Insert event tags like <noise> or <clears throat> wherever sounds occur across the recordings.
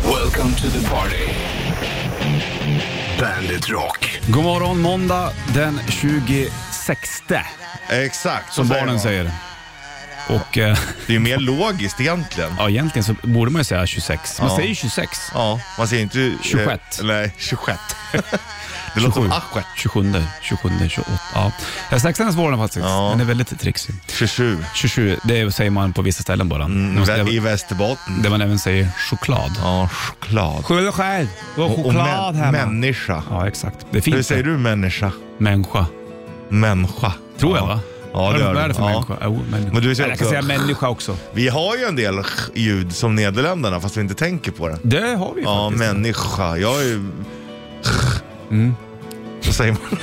Welcome to the party. Bandit Rock. God morgon måndag den 26 Exakt, som så barnen man. säger. Och eh, Det är ju mer logiskt egentligen. ja, egentligen så borde man ju säga 26. Man Ja. säger 26. Ja, man säger inte... eh, 26. Nej, 26. <laughs> Det låter som aschet. 27, 27, 28. Ja. Ja, 16 är svårare faktiskt. Ja. Den är väldigt trixig. 27. 27, det säger man på vissa ställen bara. Mm, Vä- I där, Västerbotten. där man även säger choklad. Ja, choklad. Skyll själv. Du har Och- och choklad mä- hemma. Människa. Ja, exakt. Det Hur finns säger det. du människa? Människa. Människa. Tror jag va? Ja, det gör Vad är det du. för Ja. människa? Jo, människa. Men du säger Eller jag kan också- säga människa också. Vi har ju en del ljud som Nederländerna fast vi inte tänker på det. Det Mm. har vi ju Ja, faktiskt. människa. Jag är ju... Så <laughs> säger man.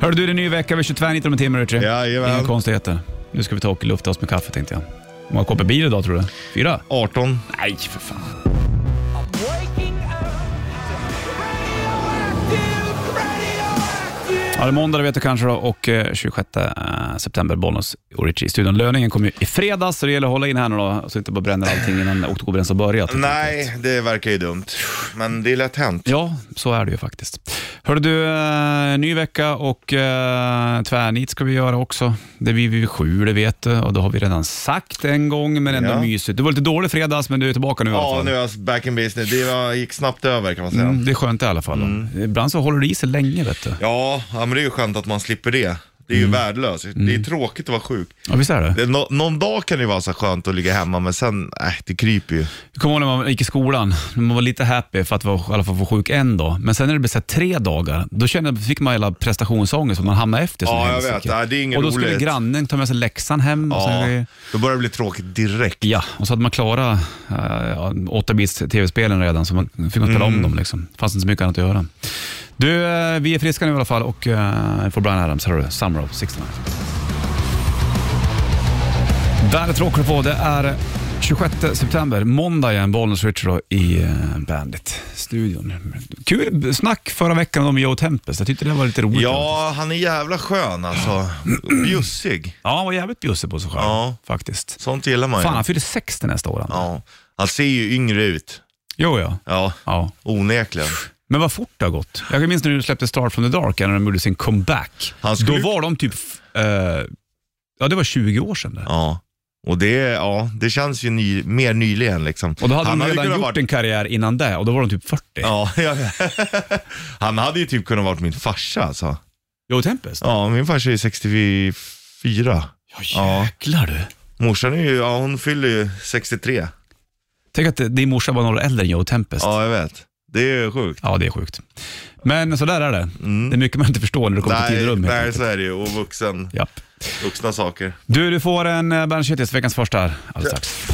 Hörru du, det är en ny vecka. Vi kör tvärnit om en timme, Ritchie. Jajamän. Inga konstigheter. Nu ska vi ta och lufta oss med kaffe, tänkte jag. Hur många koppar blir det idag, tror du? Fyra? 18. Nej, för fan. Ja, det är måndag, det vet du kanske då, och eh, 26 eh, september, Bollnäs och Ritchie i studion. Löningen kommer ju i fredags, så det gäller att hålla in här nu då, så inte bara bränner allting innan oktober ens har börjat. Nej, det verkar ju dumt. Men det är lätt hänt. Ja, så är det ju faktiskt. Hörru du, eh, ny vecka och eh, tvärnit ska vi göra också. Det blir vi vid sju, det vet du. Och det har vi redan sagt en gång, men ändå Ja. mysigt. Du var lite dålig i fredags, men du är tillbaka nu i alla Ja, fall. nu är jag back in business. Det var- gick snabbt över kan man säga. Mm, det är skönt i alla fall. Mm. Ibland så håller det i sig länge, vet du. Ja, ja, men det är ju skönt att man slipper det. Det Mm. är ju värdelöst. Det är tråkigt att vara sjuk. Ja, visst är det? Det, är nå- någon dag kan det ju vara så skönt att ligga hemma, men sen, äh, det kryper ju. Jag kommer ihåg när man gick i skolan, man var lite happy för att vara, i alla fall vara sjuk en dag. Men sen när det blev så här, tre dagar, då kände, jag- fick man hela prestationsångest, för man hamnade efter. som Ja, jag helsike. vet. Nej, det är inget Och då skulle roligt. grannen ta med sig läxan hem. Och sen, Ja, då börjar det bli tråkigt direkt. Ja, och så hade man klarat eh, 8-bits tv-spelen redan, så man fick man spela Mm. om dem. Liksom. Det fanns inte så mycket annat att göra. Du, eh, vi är friska nu i alla fall och eh, får Brian Adams, hörru, Summer of 69. Bandet Rock på, det är 26 september, måndag igen, Bollnäs Richard då i eh, Bandit-studion. Kul snack förra veckan om Joe Tempest, jag tyckte det var lite roligt. Ja, han är jävla skön alltså. Bjussig. Ja, han var jävligt bjussig på sig själv Ja. faktiskt. Sånt gillar man ju. Fan, han fyller 60 nästa år. han. Ja. Han ser ju yngre ut. Jo, ja. Ja, ja. onekligen. Men vad fort det har gått. Jag minns när du släppte Star from the Dark, när de gjorde sin comeback. Han skulle- Då var de typ, eh, ja det var 20 år sedan. Det. Ja. Och det, ja, det känns ju ny, mer nyligen liksom. Och då hade han de redan kunnat gjort varit- en karriär innan det och då var de typ 40. Ja, jag- <laughs> han hade ju typ kunnat varit min farsa alltså. Joe Tempest? Ja, min farsa är 64. Ja, jäklar du. Morsan är ju, ja hon fyller ju 63. Tänk att din morsa var några år äldre än Joe Tempest. Ja. Ja, jag vet. Det är ju sjukt. Mm. det är sjukt. Men så där är det. Det är mycket man inte förstår när det kommer till tid och rum. helt nej, enkelt. så är det ju. Och vuxen, Japp. vuxna saker. Du, du får en eh, Bandit Shitlist, veckans första här alldeles strax.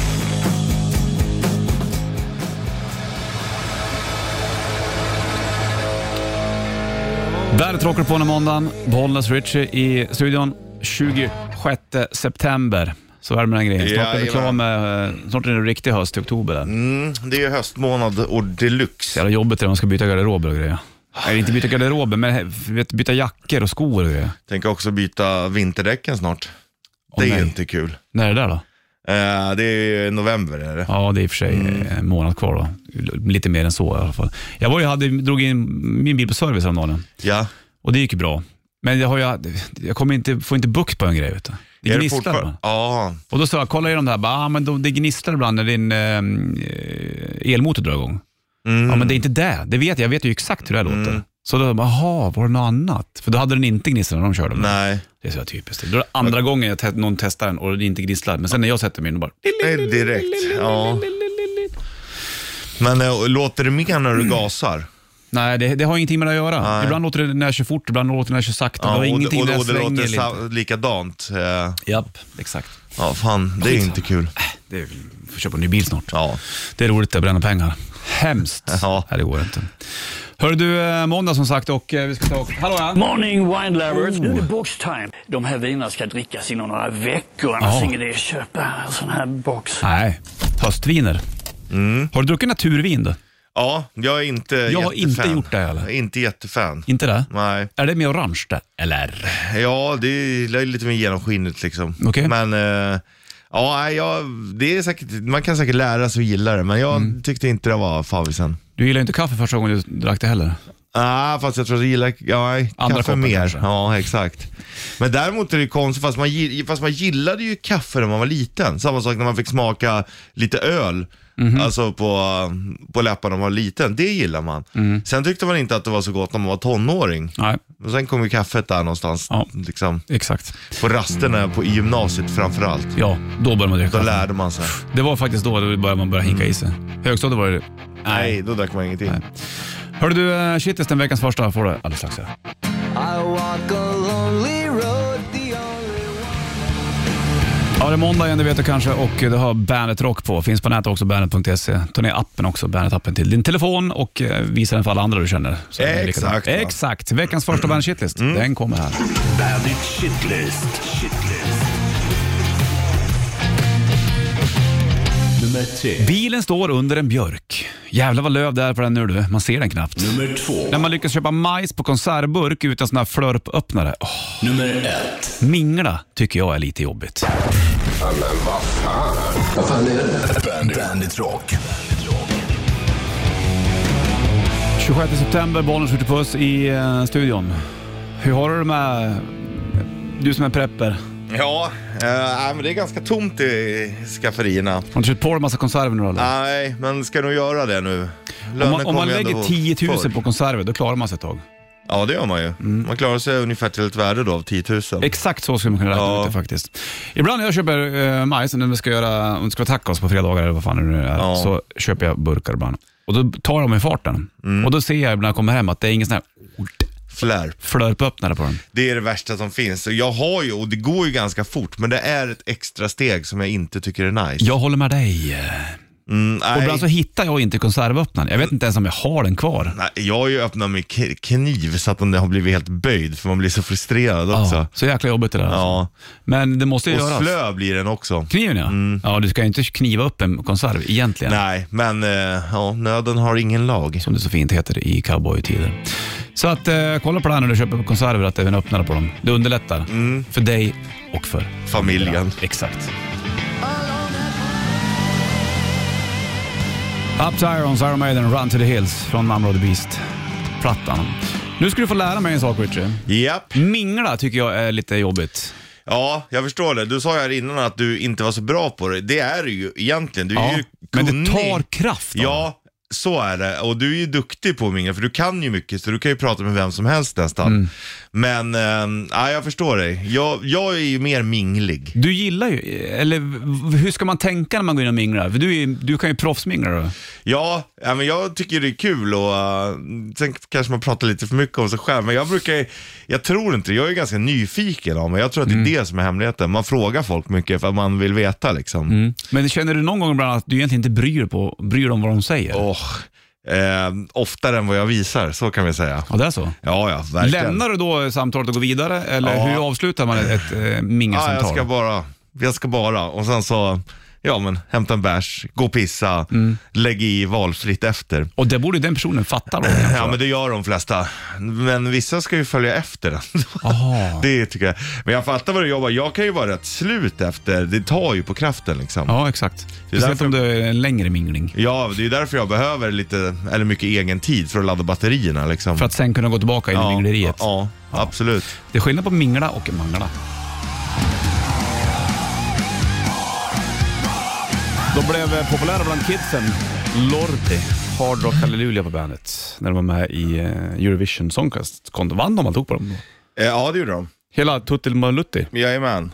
Bandet rockar på den här måndagen. Bollnäs Richie i studion 26 september. Så är det med den grejen. Snart är vi Jajamän. klara med, eh, snart är det riktig höst i oktober. där. Mm, det är ju höstmånad och deluxe. Jävla jobbigt är det när man ska byta garderober och grejer. Nej, inte byta garderober, men eh, vet, byta jackor och skor och grejer. Tänker också byta vinterdäcken snart. Åh, det är nej. ju inte kul. När är det där då? Eh, det är ju november är det. Ja, det är i och för sig Mm. eh, en månad kvar då. Lite mer än så i alla fall. Jag var ju, hade, drog in min bil på service häromdagen Ja. och det gick ju bra. Men jag, har ju, jag kommer inte, får inte bukt på en grej. Vet du. Det Är gnistrar. fortfar- va? Ja, och då sa jag, kolla igenom det här. Bara, ah, men de, det gnistrar ibland när din ehm, eh, elmotor drar igång. Ja, Mm. men det är inte det. Det vet jag. Jag vet ju exakt hur det här låter. Så då, jaha, var det något annat? För då hade den inte gnistrat när de körde. med. nej. Det är så här typiskt. Då är det andra gången jag te- någon testar den och det inte gnisslar. Men sen när jag sätter mig in, då bara... Nej, direkt. Ja. Men eh, låter det mer när du gasar? Nej, det, det har ingenting med det att göra. Nej. Ibland låter det när jag kör fort, ibland låter det när jag kör sakta. det har och, ingenting och, när och, jag och det svänger låter eller sa- inte. likadant. eh, Japp, exakt. Ja, fan, det är inte kul. Äh, Det är, får köpa en ny bil snart. Ja. Det är roligt att bränna pengar. Hemskt. Ja. Nej, det går inte. Hörru du, eh, måndag som sagt och eh, vi ska ta och... Hallå ja! Morning wine lovers! Nu är det box time. De här vinerna ska drickas inom några veckor, annars Ja. är ingen idé att köpa en sån här box. Nej, höstviner. Mm. Har du druckit naturvin då? ja, jag är inte Jag har jättefan. inte gjort det heller. Inte jättefan. Inte det? Nej. Är det mer orange det? Eller? Ja, det är lite mer genomskinligt liksom. Okej. Men eh, Mm. ja, nej, jag, det är säkert, man kan säkert lära sig att gilla det, men jag tyckte inte det var favisen. Du gillar ju inte kaffe första gången du drack det heller. Ah, fast jag tror att jag gillar ja, nej, Andra kaffe koppar mer. kanske. Ja, exakt. Men däremot är det ju konstigt, fast man, gi- fast man gillade ju kaffe när man var liten. Samma sak när man fick smaka lite öl. Mhm. Alltså på, på läpparna när man var liten. Det gillar man. Mm. Sen tyckte man inte att det var så gott när man var tonåring. Nej, Och sen kom ju kaffet där någonstans. Ja. Liksom, exakt. på rasterna på i gymnasiet framförallt. Ja, då började man dricka Då kaffe. lärde man sig. Det var faktiskt då det började man började hinka i sig. Högstadiet var det Nej, då drack man ingenting. Hörde du, eh, shitlist den veckans första får du alldeles strax. här. I walk a lonely road, the only Ja, det är måndag igen, det vet du kanske, och det har Bandet Rock på. Finns på nätet också, bandet.se. Ta ner appen också, Bandet-appen till din telefon och eh, visa den för alla andra du känner. Så är det Exakt, likadant. va? Exakt. Veckans första Bandet Shitlist, den kommer här. Bandit Shitlist. Shitlist. Nummer tre. Bilen står under en björk. Jävlar vad löv det är på den nu du. Man ser den knappt. Nummer två. När man lyckas köpa majs på konservburk utan sån här flörpöppnare. Åh, Nummer ett. mingla tycker jag är lite jobbigt. Bandit, Bandit Rock. 26 september, Bollnäs skjuter puss i eh, studion. Hur har du det med... Du som är prepper. Har Ja, eh, äh, men det är ganska tomt i skafferierna. du inte köpt på dig en massa konserver nu eller? Nej, men ska nog göra det nu. Om Lönen man, om kommer man ju lägger ändå 10 000 förr. på Mm. konserver, då klarar man sig ett tag. Ja, det gör man ju. Man klarar sig ungefär till ett värde då av 10 000. Exakt så skulle man kunna räkna Ja. ut det faktiskt. Ibland när jag köper eh, majs, när vi ska göra om vi ska vara tacos på fredagar eller vad fan det nu är, Ja. så köper jag burkar ibland. Och då tar de i farten. Mm. Och då ser jag när jag kommer hem att det är ingen sån här Flärp. flörpöppnare på den. Det är det värsta som finns. Så Jag har ju, och det går ju ganska fort, men det är ett extra steg som jag inte tycker är nice. Jag håller med dig. Mm, Och nej. ibland så hittar jag inte konservöppnaren. Jag vet inte ens om jag har den kvar. Nej, jag har ju öppnat med k- kniv så att den har blivit helt böjd, för man blir så frustrerad också. Ja, så jäkla jobbigt det där. alltså. Ja. Men det måste ju Och göras. slö blir den också. Kniven ja. Ja, du ska ju inte kniva upp en konserv egentligen. Nej, men eh, ja, nöden har ingen lag. Som det så fint heter i cowboytider. Så att eh, kolla på det här när du köper konserver, att det är en öppnare på dem. Det underlättar. För dig och för Mm. Familjen. Exakt. Up to Irons, Iron Maiden, Run to the Hills från Mamma the Beast-plattan. Nu ska du få lära mig en sak Richie. Japp. Mingla tycker jag är lite jobbigt. Ja, jag förstår det. Du sa ju här innan att du inte var så bra på det. Det är du ju egentligen. Du är ju men kunnig. det tar kraft. av mig. Ja, så är det. Och du är ju duktig på att mingla, för du kan ju mycket, så du kan ju prata med vem som helst nästan. Mm. Men, eh, ja, jag förstår dig. Jag, jag är ju mer minglig. Du gillar ju, eller v- hur ska man tänka när man går in och minglar? För du, är, du kan ju proffsmingla då. Ja, ja men jag tycker det är kul och eh, sen kanske man pratar lite för mycket om sig själv, men jag brukar, ju- jag tror inte det. jag är ganska nyfiken av mig. Jag tror att det är Mm. det som är hemligheten. Man frågar folk mycket för att man vill veta liksom. Men känner du någon gång ibland att du egentligen inte bryr dig, på, bryr dig om vad de säger? Och, eh, oftare än vad jag visar, så kan vi säga. Ja, det är så. Ja, ja, verkligen. Lämnar du då samtalet och går vidare, eller Ja. hur avslutar man ett eh, Ja, mingelsamtal? jag ska bara, jag ska bara. Och sen så, ja men hämta en bärs, gå och pissa, lägg i valfritt efter. Och det borde ju den personen fatta då. kanske. <laughs> Ja men det gör de flesta. Men vissa ska ju följa efter den. Aha. <laughs> det tycker jag. Men jag fattar vad du jobbar, jag kan ju vara rätt slut efter, det tar ju på kraften liksom. Ja, exakt. Speciellt därför- om det är en längre mingling. Ja, det är därför jag behöver lite, eller mycket egen tid för att ladda batterierna liksom. För att sen kunna gå tillbaka in i ja, ja, mingleriet. ja, absolut. Det är skillnad på mingla och mangla. De blev eh, populära bland kidsen. Lordi, Hard Rock Hallelujah på bandet. När de var med i eh, Eurovision Song Contest. Kom- Vann de alltihop på dem? då? Eh, Ja, det gjorde de. Hela Tuttilmalutti. Jajamän.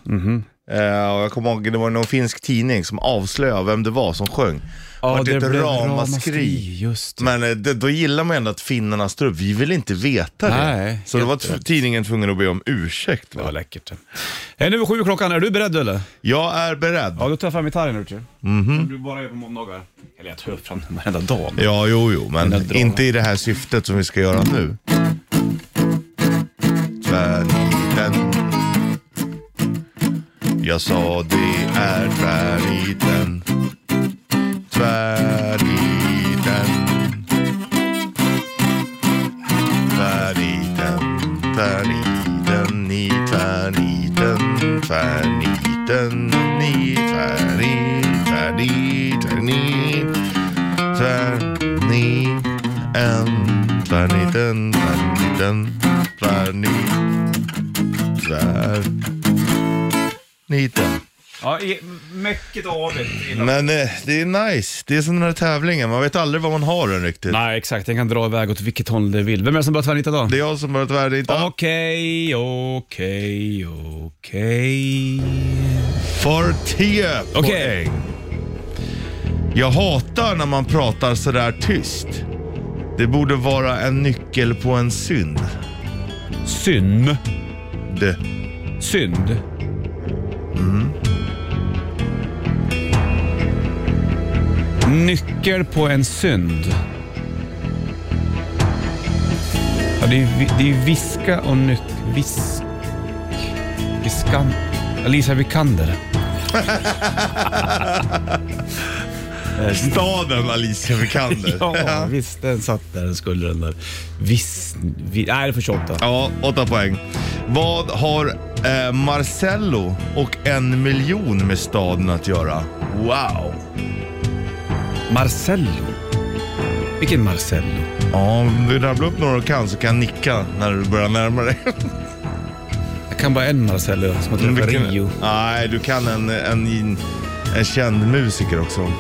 Eh, och jag kommer ihåg, det var någon finsk tidning som avslöjade vem det var som sjöng. Vart ett Just det. Men eh, det, då gillar man ändå att finnarna står upp. Vi vill inte veta det. Nej, så då var jätterätt. tv- tidningen tvungen att be om ursäkt. Det Va? var läckert. Det är nu sju klockan. Är du beredd eller? Mhm. Jag är beredd. Ja, då tar jag fram gitarren Richard. Som du bara gör på måndagar. Eller jag tar upp fram den varenda dag. men- Ja, jo, jo, Den men där inte i det här syftet som vi ska göra nu. Tvärniten. Jag sa det är tvärniten. Tvärniten. Tvärniten. Tvärniten. Ni tvärniten. Tvärniten. Ni tvärniten. Tvärniten. Ni. Tvärniten. en planeten, planeten, planeten, planeten. Ja, i- mycket avigt. innan- Men eh, det är nice. Det är som den här tävlingen, man vet aldrig vad man har den riktigt. Nej, exakt. Den kan dra iväg åt vilket håll det vill. Vem är det som börjar tvärnita då? Det är jag som börjat värdehitta. Okej, okej, okej. För 10 Okej. poäng. Jag hatar när man pratar sådär tyst. Det borde vara en nyckel på en synd. Synd. Det- Synd. Mm. Nyckel på en synd. Ja, det, är, vi- det är viska och nyck... Visk... Viskan... Lisa Vikander. Staden Alicia Vikander. <laughs> Ja, visst. Den satt där, den skulle den där. Viss... Vi, nej, det är för 28. Ja, åtta poäng. Vad har eh, Marcello och en miljon med staden att göra? Wow! Marcello. Vilken Marcello? Ja, om du rabblar upp några du kan så kan jag nicka när du börjar närma dig. Jag kan bara en Marcello som <laughs> jag träffade i Vilken- Rio. Nej, du kan en, en, en känd musiker också.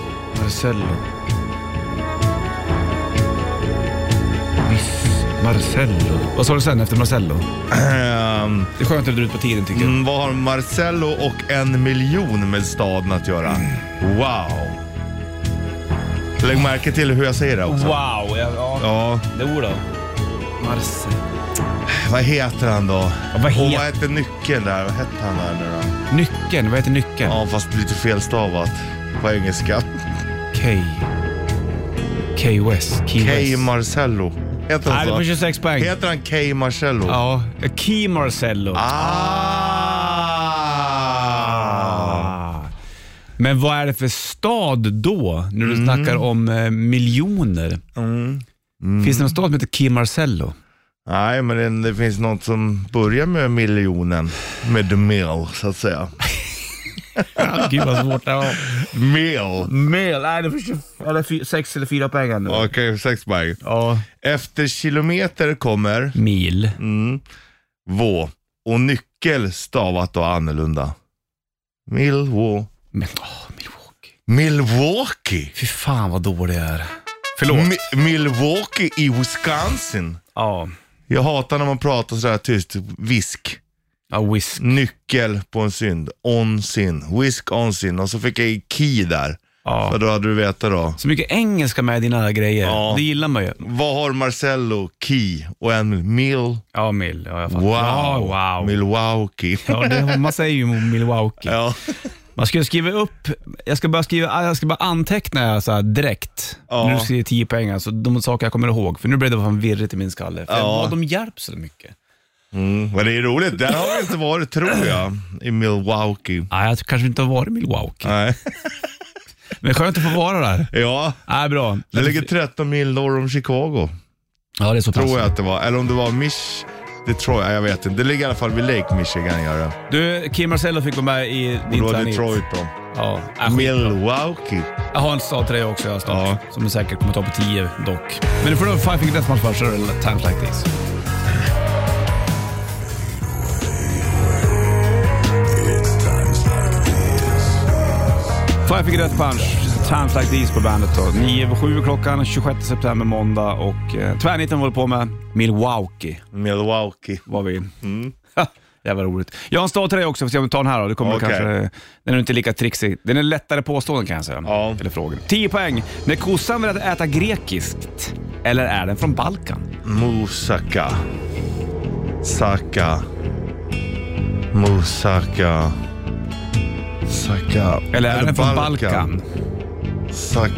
Marcello. Miss Marcello. Vad sa du sen efter Marcello? Ehm, Det är skönt att det drar ut på tiden tycker jag. mm, vad har Marcello och en miljon med staden att göra? Mm. Wow! Lägg märke till hur jag säger det också. Wow, ja. ja. Ja, Det då. Marcello. vad heter han då? Ja, vad Och het- vad hette nyckeln där? Vad hette han där nu då? Nyckeln, vad heter nyckeln? Ja, fast lite felstavat på engelska. K. K West. Key Kay West. Marcello. Heter Nej, det var han så? 26 poäng. Heter han Kay Marcello? Ja, Key Marcello. Ah! Men vad är det för stad då, när du snackar om eh, miljoner? Mm. Finns det någon stad som heter Key Marcello? Nej, men det, det finns något som börjar med miljonen. Med mil, så <laughs> att säga. Ah, Gud vad svårt det var. Mil. Mel, nej det är 6 eller 4 pengar nu. Okej, sex poäng. Ja. Efter kilometer kommer Mil. Mm. vå. Och nyckel stavat då annorlunda. Milwå. Men åh, Milwaukee. Milwaukee. Fy fan vad dålig jag är. Mi- Milwaukee i Wisconsin. Ja. Jag hatar när man pratar sådär tyst. Visk. Ja, whisk. Nyckel på en synd. On sin. Whisk on sin. Och så fick jag i key där. Ja. Så då hade du vetat då. Så mycket engelska med i dina grejer. Ja. Det gillar man ju. Vad har Marcello, Key och en mil? Ja, mil. Ja, jag Wow. fattar. Ja, wow. Milwaukee. Ja, det, man säger ju Milwaukee. Ja. Man ska ju skriva upp, jag ska bara, skriva, jag ska bara anteckna så här direkt. Ja. När du skriver 10 poäng, alltså de saker jag kommer ihåg. För nu blev det fan virrigt i min skalle. För Ja. vad de hjälps så mycket. Mm. Men det är roligt. Där har vi inte varit tror jag. I Milwaukee. Nej, jag kanske inte har varit i Milwaukee. Nej. Men skönt att få vara där. Ja. Nej, bra. Det ligger 13 mil norr om Chicago. Ja, det är så pass. Tror jag att det var. Eller om det var Mich... Detroit. Ja, Jag vet inte. Det ligger i alla fall vid Lake Michigan. Gör det. Du, Kim Marcello fick vara med i Och din då var planet. Detroit då. Ja, äh, skit. Milwaukee. Jag har en stad till dig också jag snart, Ja. som du säkert kommer ta på 10 dock. Men du får då Five Finger Death Match Basher eller Times Like This. Five Finger Death Punch, Times Like These på bandet då. 9 över 7 klockan, 26 september måndag och eh, tvärniten håller på med Milwaukee Milwaukee. var vi. Mm. <laughs> Ha, Jävla roligt. Jag har en stad till dig också, får se om du tar den här då. Det kommer Okej. kanske, den är inte lika trixig. Den är lättare påstående kan jag säga. Ja. Eller frågor. 10 poäng. När kossan vill äta grekiskt, eller är den från Balkan? Musaka. Saka. Musaka. Saka. Eller är, den från Balkan? Sak...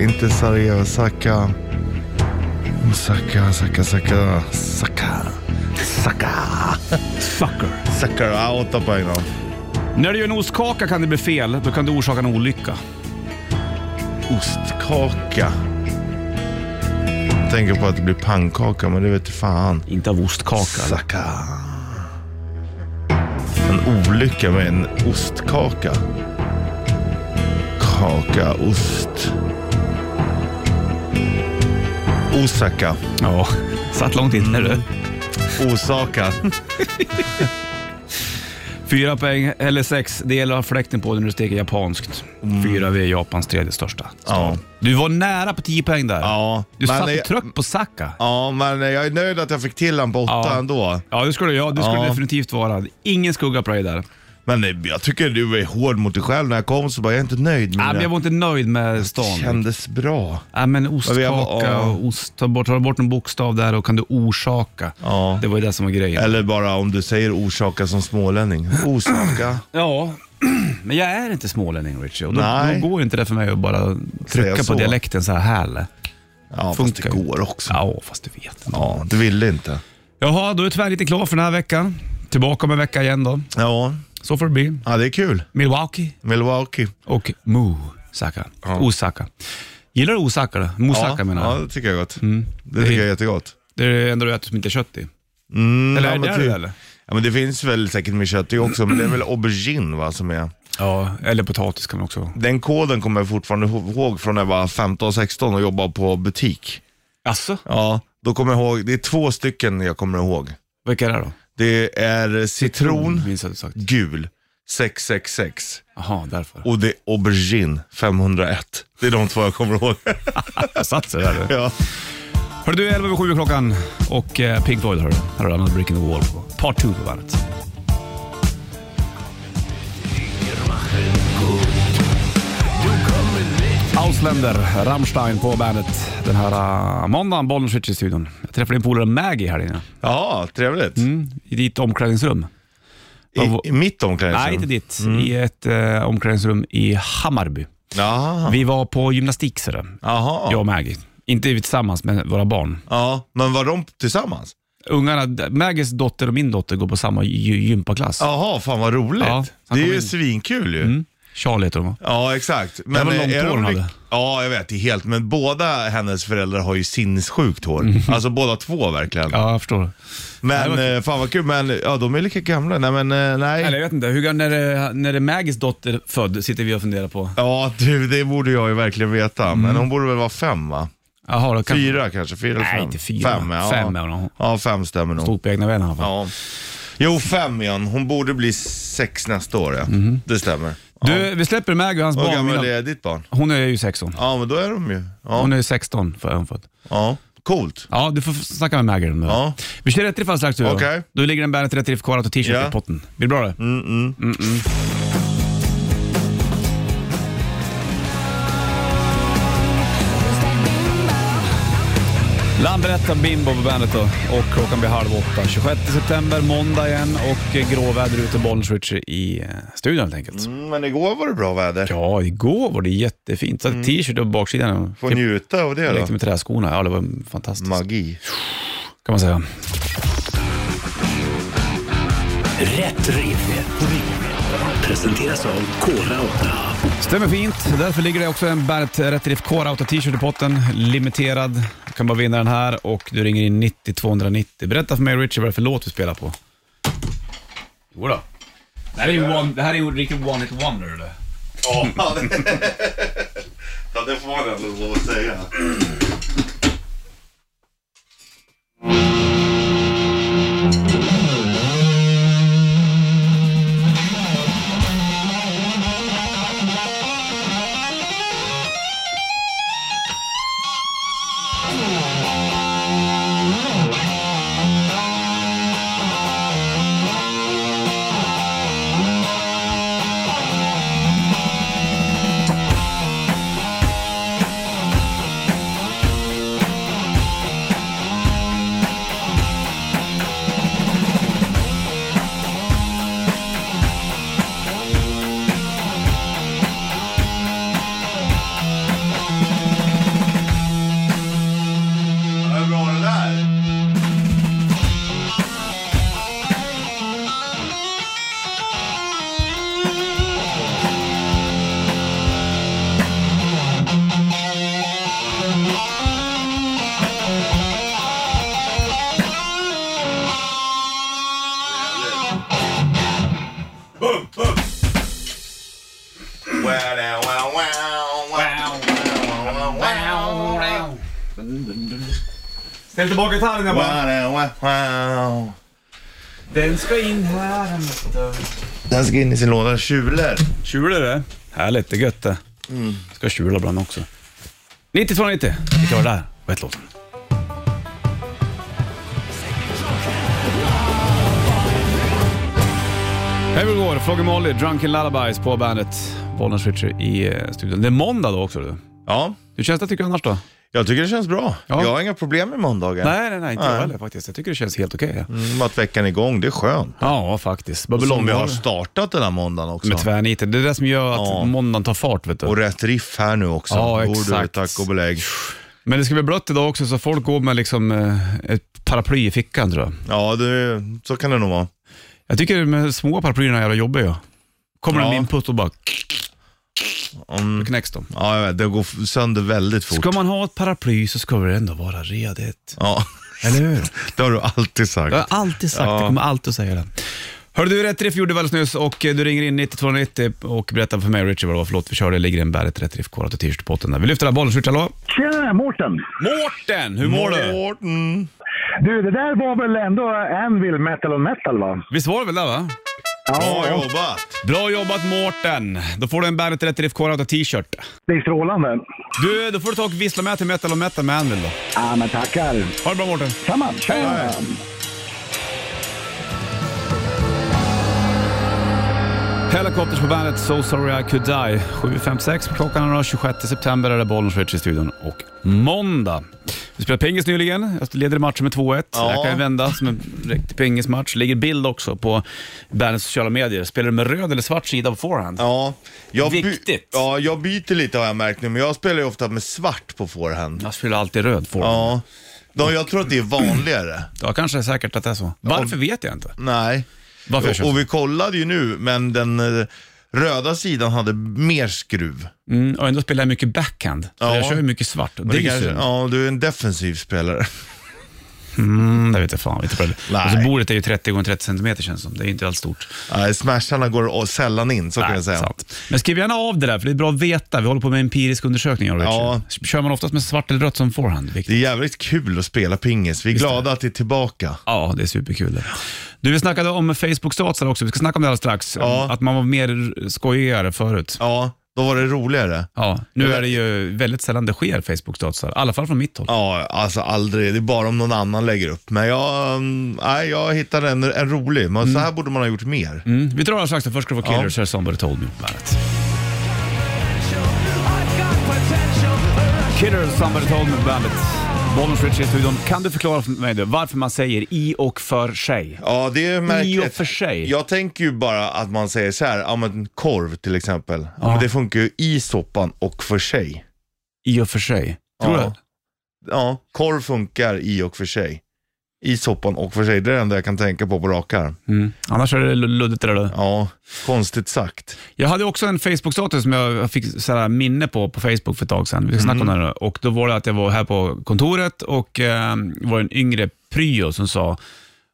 Inte Sarajevo. Saka. Musaka, Saka, Saka. Saka. Saka. Sucker. Saka. Ja, åtta poäng då. När du gör en ostkaka kan det bli fel. Då kan du orsaka en olycka. Ostkaka. Jag tänker på att det blir pannkaka, men det vet fan. Inte av ostkaka. Saka. En olycka med en ostkaka. Kaka, ost. Osaka. Ja, satt långt inne Mm. du. Osaka. Fyra poäng, eller sex, dela fläkten på när du steker japanskt. Fyra, vi är Japans tredje största. Mm. Ja. Du var nära på tio poäng där. Ja, Du men satte jag- tröck på Saka. Ja, men jag är nöjd att jag fick till han på åtta Ja. ändå. Ja, det skulle, ja, det skulle Ja. definitivt vara. Ingen skugga på dig där. Men eh, jag tycker du är hård mot dig själv. När jag kom så bara, jag är inte nöjd med Nej, men det. jag var inte nöjd med stan. Kändes bra. Ja, men Men vi har- ostkaka ja. och ost. Ta bort, ta bort en bokstav där och kan du orsaka. Ja. Det var ju det som var grejen. Eller bara om du säger orsaka som smålänning. Orsaka. Ja, <clears throat> men jag är inte smålänning Richie och då, Nej. då går inte det för mig att bara trycka Säga på så. dialekten så Mm. här härle. <clears throat> Ja, fast Funkar det ju. går också. Ja, fast du vet. inte. Ja, du ville inte. Jaha, då är tyvärr inte klar för den här veckan. Tillbaka om en vecka igen då. Ja, Så får det bli. ja det är kul. Milwaukee Milwaukee. och Mosaka. Osaka. Gillar du Osaka då? Mosaka ja, menar ja, jag. det tycker jag är gott. Det tycker jag är jättegott. Det är det enda du äter som inte är kött i. Mm, Eller är ja, det men där typ- det, eller? Ja, men det finns väl säkert med kött i också, men det är väl aubergine va, som är... Ja, eller potatis kan man också. Den koden kommer jag fortfarande ihåg från när jag var 15-16 och jobbade på butik. Jaså? Ja, då kommer jag ihåg, det är två stycken jag kommer ihåg. Vilka är det då? Det är citron, Minns jag att du sagt. gul, 666 Jaha, därför. och det är aubergine, 501. Det är de två jag kommer <laughs> ihåg. Jag satt sig där du. ja. Hörru du, 11 över 7 klockan och eh, Pink Floyd hörru. Här har du Another Brick in the Wall på Part 2 på bandet. Ausländer, Rammstein på bandet den här uh, måndagen, Bollnäs Ritchie i studion. Jag träffade din polare Maggie här inne, ja, trevligt. i ditt omklädningsrum. I, I mitt Nej, omklädningsrum? inte ditt. I ett eh, omklädningsrum i Hammarby. Jaha. Vi var på gymnastik, ser du. Jaha. jag Ja. och Maggie. Inte vi tillsammans, men våra barn. men var de tillsammans? Ungarna, Maggies dotter och min dotter går på samma gy- gympaklass. Jaha, fan vad roligt. Ja, Mm. han det är kom ju in. svinkul ju. Charlie heter hon va? Ja, exakt. Men var långt är hår hon de lik- hade. Ja, jag vet. det är Helt. Men båda hennes föräldrar har ju sinnessjukt hår. Alltså båda två verkligen. Mm. Ja, jag förstår. Men Nej, det eh, fan vad kul. Men ja, de är lika gamla. Nej, men eh, nej. Eller jag vet inte, hur gammal när, det- när det är Maggies dotter född sitter vi och funderar på. Ja, du, det borde jag ju verkligen veta. Men hon borde väl vara fem, va? Jaha, då kan... Fyra kanske? Fyra eller Mm. Nej, fem? inte fyra. Fem, ja. Fem är hon. Ja, fem stämmer nog. Stod på egna ben i alla fall. Ja. Jo, fem är hon. Hon borde bli sex nästa år, ja. Det stämmer. Mm. Du, vi släpper Maggie och hans Hur barn. gammal Mina- är ditt barn? Hon är ju 16. Ja, men då är de ju. Ja, Hon är 16 för hon född. ja. coolt. Ja, du får f- snacka med Maggie om det. Ja. Vi kör rätt riff alldeles strax du. Okej. Då ligger en Bandet Rätt Riff kvar och t-shirt Ja. i potten. Blir det bra det? Mm, mm. Lambretta Bimbo på bandet då och klockan blir halv åtta. 26 september, måndag igen och eh, gråväder ute, Bollnäs Ritchie i eh, studion helt enkelt. Mm, Men igår var det bra väder. Ja, igår var det jättefint. Så t-shirt och baksidan. Mm. Får njuta av det Lekte då. med träskorna. Ja, det var fantastiskt Magi. kan man säga. Rätt riff. Rätt riff. Presenteras av Kora 8. Stämmer fint. Därför ligger det också en Bert Rätt Riff Core Auto t-shirt i potten. Limiterad. Du kan bara vinna den här och du ringer in 90 290. Berätta för mig Richard vad det är för låt vi spelar på. Jodå. Det här är ju, one, det här är ju riktigt one hit wonder det. Ja, det får man ändå lov att säga. Ställ tillbaka gitarren jag Wow, wow. Den ska in här. Den ska in i sin låda, tjuler. Tjular det. Härligt, det är gött det. Mm. Ska tjula ibland också. 9290, vi kör där. Vad heter låten? Evergård, Flogger Molly, Drunken Lullabies på bandet. Bollnäs Ritchie i eh, studion. Det är måndag då också. Du. Ja, Hur känns det tycker du annars då? jag tycker det känns bra. Ja. Jag har inga problem med måndagen. Nej, nej, nej, inte jag Nej. heller faktiskt. Jag tycker det känns helt okej. Mm, att veckan är igång, det är skönt. Ja, faktiskt. Och Som vi har Babylon startat den här måndagen också. med tvärniten. Det är det som gör att Ja. måndagen tar fart vet du. Och rätt riff här nu också. Ja, Jo, du, exakt. Tack och belägg. Men det ska bli blött idag också så folk går med liksom eh, ett paraply i fickan tror jag. Ja, det, så kan det nog vara. Jag tycker de små paraplyerna är jävla jobbiga. Kommer Ja. en input och bara Mm. knäcks de. Ja, jag vet, det går f- sönder väldigt fort. Ska man ha ett paraply så ska det ändå vara redigt. Ja, <laughs> Eller hur? det har du alltid sagt. Jag har alltid sagt det, jag kommer alltid att säga det. Hörde du, Rätt Riff gjorde vi alldeles nyss och eh, du ringer in 9290 och berättar för mig och Richard vad det var för låt vi körde. Det ligger en Bäret Rätt Riff korat och t-shirt på potten där. Vi lyfter den här bollen, Richard. Hallå? Tjena, Mårten! Mårten, hur mår du? Mårten. Du, det där var väl ändå Anvil Metal on Metal, va? Visst var det väl det va? Bra jobbat. Bra jobbat Mårten! Då får du en Bäret Rätt Riff korat och t-shirt. Det är strålande. Du, då får du ta och vissla med till metal och metal med Anvil då. Ja, men tackar. Ha det bra Mårten. Samma. Tjena! Helicopters på bandet So Sorry I Could Die. 7.56 på klockan är den 26 september är det Bollnäs Ritch i studion och måndag. Vi spelade pingis nyligen. Jag leder matchen med 2-1. Det här kan ju vända som en riktig pingismatch. Ligger bild också på bandets sociala medier. Spelar du med röd eller svart sida på forehand? Ja, jag by- Viktigt. Ja, jag byter lite har jag märkt nu, men jag spelar ju ofta med svart på forehand. Jag spelar alltid röd forehand. Ja, de, jag tror att det är vanligare. Ja, kanske är säkert att det är så. Varför vet jag inte. Nej. Varför jag Och, kör och så. vi kollade ju nu, men den eh, röda sidan hade mer skruv. Mm, och ändå spelar jag mycket backhand. För Ja. Jag kör ju mycket svart. och Men Det, är ju synd. ja, du är en <laughs> defensiv spelare. Mm, det vet jag fan. Vet jag Nej. och så bordet är ju 30 gånger 30 cm känns som. Det är inte alls stort. Nej, smasharna går å- sällan in, så kan jag säga. sant. Men skriv gärna av det där, för det är bra att veta. Vi håller på med empirisk undersökning. Richard. Ja. Kör man oftast med svart eller rött som forehand? Det Viktigt. är jävligt kul att spela pingis. Vi är glada att det är tillbaka. Ja, det är superkul. Det. Du, vi snackade om Facebook-statusar också. Vi ska snacka om det alldeles strax. Ja. Att man var mer skojigare förut. Ja, då var det roligare. Ja, nu Jag är det ju väldigt sällan det sker Facebook-statusar. I alla fall från mitt håll. Ja, alltså aldrig. Det är bara om någon annan lägger upp. Men jag, mm, nej, jag hittade en, en rolig. Men så här borde man ha gjort mer. Mm. Vi drar alldeles strax. Först ska det vara Ja. Killers, här är Somebody Told Me på bandet. Killers, Somebody Told Me på bandet. Bollnäs Ritchie i studion. Kan du förklara för mig då, varför man säger i och för sig? Ja, det är märkligt. och för sig. Jag tänker ju bara att man säger så här, ja men korv till exempel. Ja. men det funkar ju i soppan och för sig. I och för sig. Tror ja. du? Ja, korv funkar i och för sig. I soppan och för sig, det är det enda jag kan tänka på på rak arm. Mm. Annars är det luddigt det där. då. Ja, konstigt sagt. Jag hade också en Facebook-status som jag fick så här minne på på Facebook för ett tag sedan. Vi ska snacka Mhm. om det här. nu. Och då var det att jag var här på kontoret och eh, var en yngre pryo som sa,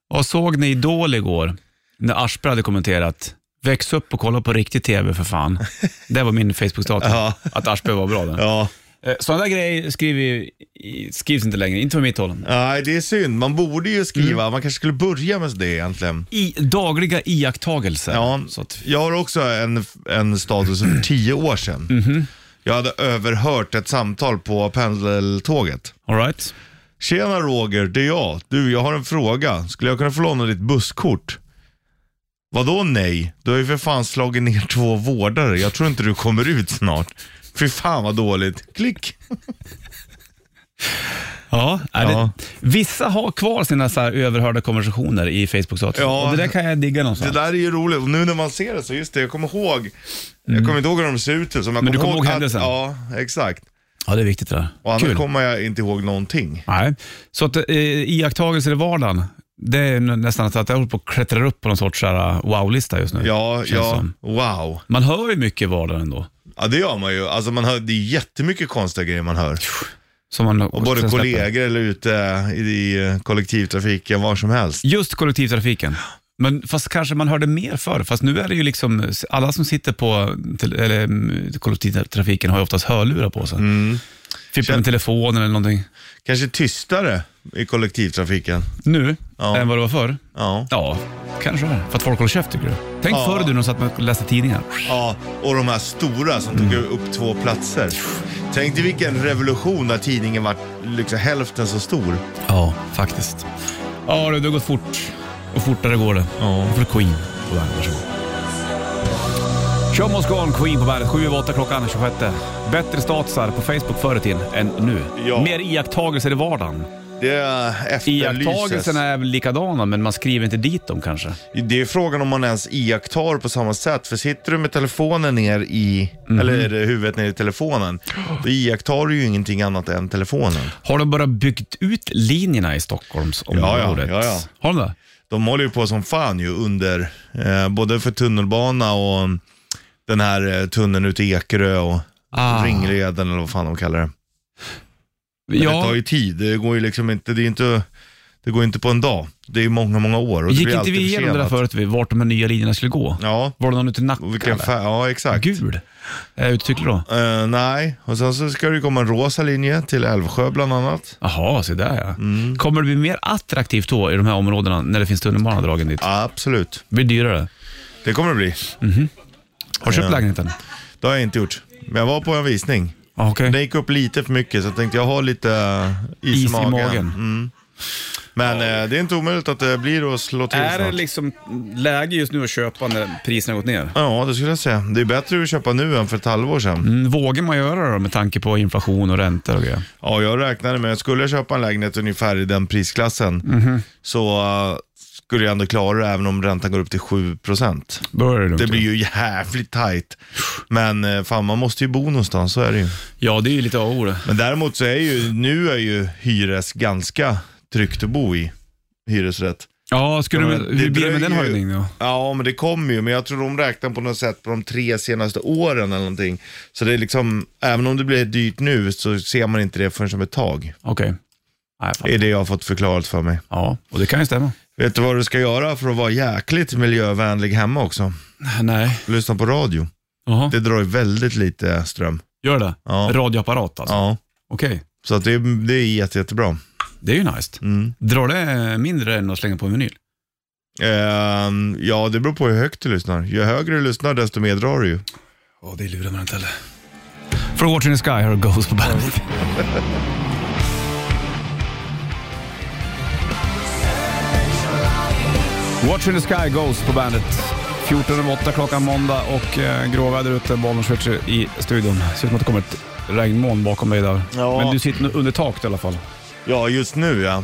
vad såg ni Idol igår? När Aschberg hade kommenterat, väx upp och kolla på riktig TV för <laughs> fan. Det var min Facebook-status, Ja. att Aschberg var bra där. Ja, Eh, Sådana där grejer skriver ju, i- skrivs inte längre, inte från mitt håll. nej det är synd. Man borde ju skriva, Mm. man kanske skulle börja med det egentligen. I, dagliga iakttagelser. Ja, Så att, jag har också en, en status för tio år sedan. Mhm. Jag hade överhört ett samtal på pendeltåget. all right. Tjena Roger, det är jag. Du, jag har en fråga. Skulle jag kunna få låna ditt busskort? Vadå nej? Du har ju för fan slagit ner två vårdare. Jag tror inte du kommer ut snart. Fy fan vad dåligt. Klick. Ja, är Ja. Det, vissa har kvar sina så här överhörda konversationer i Facebook-status. Ja. och det där kan jag digga Det någonstans. där är ju roligt. Och nu när man ser det så, just det, jag kommer ihåg. Jag kommer inte ihåg hur de ser ut. Men, jag du kommer ihåg att- händelsen? Ja, exakt. Ja, det är viktigt det där. Och annars Kul. kommer jag inte ihåg någonting. Nej. Så att, eh, iakttagelser i vardagen, det är nä- nästan så att jag håller på att klättra upp på någon sorts så här, eh, wow-lista just nu. Ja, känns ja, som. wow. Man hör ju mycket i vardagen ändå. Ja, det gör man ju. Alltså man hör, det är jättemycket konstiga grejer man hör. Som man Och både sen släpper. kollegor eller ute eh, i, i kollektivtrafiken, var som helst. Just kollektivtrafiken. Men fast kanske man hörde mer förr, fast nu är det ju liksom, alla som sitter på till, eller, mm, kollektivtrafiken har ju oftast hörlurar på sig. Fippa med telefonen eller någonting. Kanske tystare i kollektivtrafiken. Nu, Ja. än vad det var förr? Ja. Ja, kanske det. För att folk håller käft tycker du? Tänk Ja. förr du när de satt och läste tidningar. ja. Och de här stora som tog Mm. upp två platser. Tänk dig vilken revolution när tidningen var liksom hälften så stor. Ja, faktiskt. Ja du, det har gått fort. Och fortare går det. Ja. För Queen på bandet. Varsågod. Show must go on, Queen på bandet. 7 över 8 klockan den 26. Bättre statusar på Facebook förr i tiden än nu. Ja. Mer iakttagelser i vardagen. Det efterlyses. Iakttagelserna är väl likadana, men man skriver inte dit dem kanske. Det är frågan om man ens iakttar på samma sätt. För sitter du med telefonen ner i, eller Mm. huvudet ner i telefonen, då iakttar du ju ingenting annat än telefonen. Har de bara byggt ut linjerna i Stockholmsområdet? Ja, ja, ja, ja. Har de det? De håller ju på som fan ju under, eh, både för tunnelbana och den här eh, tunneln ute i Ekerö och Ah. Ringleden eller vad fan de kallar det. Men Ja. Det tar ju tid, det går ju liksom inte, det är inte, det går inte på en dag. Det är ju många, många år. Och det Gick blir inte vi alltid igenom det där försenat. förut, vid vart de här nya linjerna skulle gå? Ja, Var det någon ute i Nacka? och vilken eller? färg, ja exakt. Gul? Är jag uttrycklig då? Eh, nej, och sen så ska det ju komma en rosa linje till Älvsjö bland annat. Jaha, se där ja. Mm. Kommer det bli mer attraktivt då i de här områdena när det finns tunnelbana dragen dit? Ja, absolut, Blir det dyrare? det kommer det bli. Mm. Har du köpt Ja. lägenheten? Det har jag inte gjort. Men jag var på en visning. Ah, Okej. Den gick upp lite för mycket så jag tänkte jag har lite eh, is, Is i i magen. magen. Mm. Men eh, det är inte omöjligt att det blir att slå till Är det snart. liksom läge just nu att köpa när priserna har gått ner? Ja, det skulle jag säga. Det är bättre att köpa nu än för ett halvår sedan. Mm, vågar man göra det då med tanke på inflation och räntor och grejer? Ja, jag räknade med att skulle jag köpa en lägenhet ungefär i den prisklassen Mhm. så eh, skulle jag ändå klara det även om räntan går upp till 7%. Då är det lugnt. Det blir ju jävligt tight. Men eh, fan, man måste ju bo någonstans, så är det ju. Ja, det är ju lite A och O det. Men däremot så är ju, nu är ju hyres ganska tryggt att bo i. Hyresrätt. Ja, skulle Ja, du, men hur blir det med dröjer den ju- höjningen då? Ja, men det kommer ju. Men jag tror de räknar på något sätt på de tre senaste åren eller någonting. Så det är liksom, även om det blir dyrt nu så ser man inte det förrän om ett tag. Okej. Nej, jag fattar. Det är det jag har fått förklarat för mig. Ja, och det kan ju stämma. Vet du vad du ska göra för att vara jäkligt miljövänlig hemma också? Nej. Lyssna på radio. Jaha. Det drar ju väldigt lite ström. Gör det? Ja. Radioapparat alltså? Ja, Okej. så att det, det är jätte, jättebra. Det är ju nice. Mm. Drar det mindre än att slänga på en vinyl? Ehm, ja, det beror på hur högt du lyssnar. Ju högre du lyssnar, desto mer drar du ju. Ja, det lurar man inte heller. For Watching the Sky, här Ghost <laughs> på bandet. Watching the Sky, Ghost på bandet. 14 över 8 klockan måndag och eh, gråväder ute, Bollnäs Switcher i studion. Ser ut som att det kommer ett regnmoln bakom dig där. Ja. Men du sitter nu under taket i alla fall. Ja, just nu ja.